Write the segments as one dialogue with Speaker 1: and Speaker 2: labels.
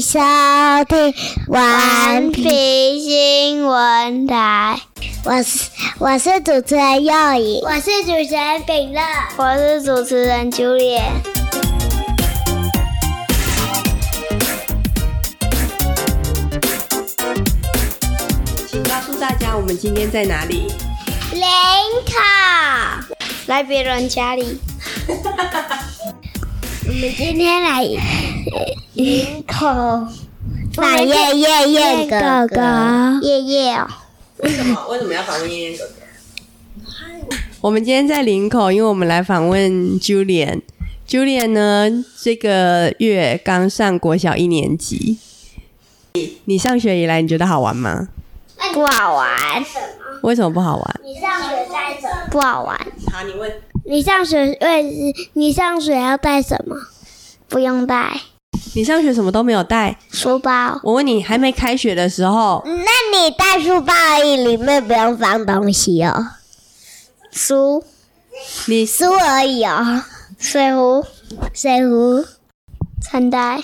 Speaker 1: 收听顽
Speaker 2: 顽
Speaker 1: 皮，
Speaker 2: 皮新闻台，
Speaker 1: 我是我是主持人幼仪，
Speaker 2: 我是主持人秉乐，我是主持人 Julia。
Speaker 3: 请告诉大家我们今天在哪里？
Speaker 2: 林卡来别人家里。 我们今天来林口
Speaker 1: 那夜夜夜哥哥，
Speaker 2: 夜夜哦，
Speaker 3: 为什么？为什么要访问燕燕哥哥？我们今天在林口，因为我们来访问 Julian。Julian 呢，这个月刚上国小一年级。你你上学以来，你觉得好玩吗？
Speaker 2: 不好玩，
Speaker 3: 为什么不好玩？
Speaker 1: 你上学带什么？
Speaker 2: 不好玩。
Speaker 3: 好，你问。
Speaker 2: 你上学为你上学要带什么？不用带
Speaker 3: 你上学什么都没有带。
Speaker 2: 书包，
Speaker 3: 我问你，还没开学的时候，
Speaker 1: 那你带书包而已，里面不用放东西哦，
Speaker 2: 书、
Speaker 3: 你
Speaker 1: 书而已哦，
Speaker 2: 水壶、
Speaker 1: 水壶
Speaker 2: 餐袋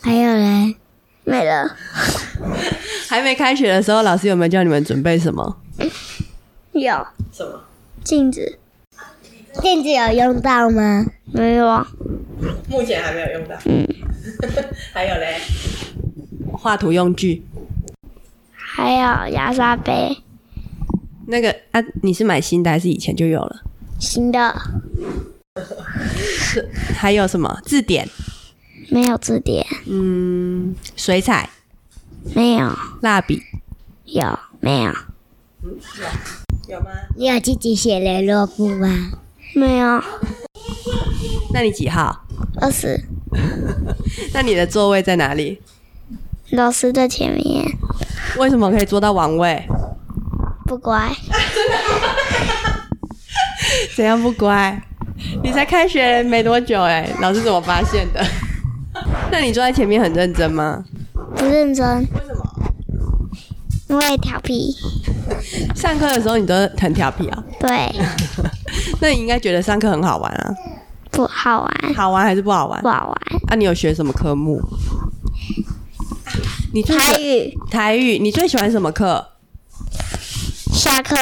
Speaker 1: 还有嘞，
Speaker 2: 没了，
Speaker 3: 还没开学的时候，老师有没有叫你们准备什么？
Speaker 2: 有
Speaker 3: 什么？
Speaker 2: 镜子
Speaker 1: 镜子有用到吗？
Speaker 2: 没有啊？
Speaker 3: 目前还没有用到。 还有嘞，画图用具。
Speaker 2: 还有牙刷杯，
Speaker 3: 那个啊，你是买新的还是以前就有了？
Speaker 2: 新的
Speaker 3: 还有什么字典？
Speaker 2: 没有字典，
Speaker 3: 嗯，水彩、
Speaker 2: 没有
Speaker 3: 蜡笔
Speaker 2: 有没有
Speaker 3: 有吗？
Speaker 1: 你有自己写联络簿吗？
Speaker 2: 没有
Speaker 3: 那你几号？
Speaker 2: 二十
Speaker 3: 那你的座位在哪里？
Speaker 2: 老师在前面
Speaker 3: 为什么可以坐到王位？
Speaker 2: 不乖，
Speaker 3: 怎样不乖？你才开学没多久哎、老师怎么发现的？ 那你坐在前面很认真吗？
Speaker 2: 不认真，
Speaker 3: 为什么？
Speaker 2: 因为调皮，
Speaker 3: 上课的时候你都很调皮啊？
Speaker 2: 对，
Speaker 3: 那你应该觉得上课很好玩啊？
Speaker 2: 不好玩，
Speaker 3: 好玩还是不好玩
Speaker 2: 不？好玩。
Speaker 3: 啊，你有学什么科目？你最喜
Speaker 2: 台语
Speaker 3: 台语，你最喜欢什么课？
Speaker 2: 下课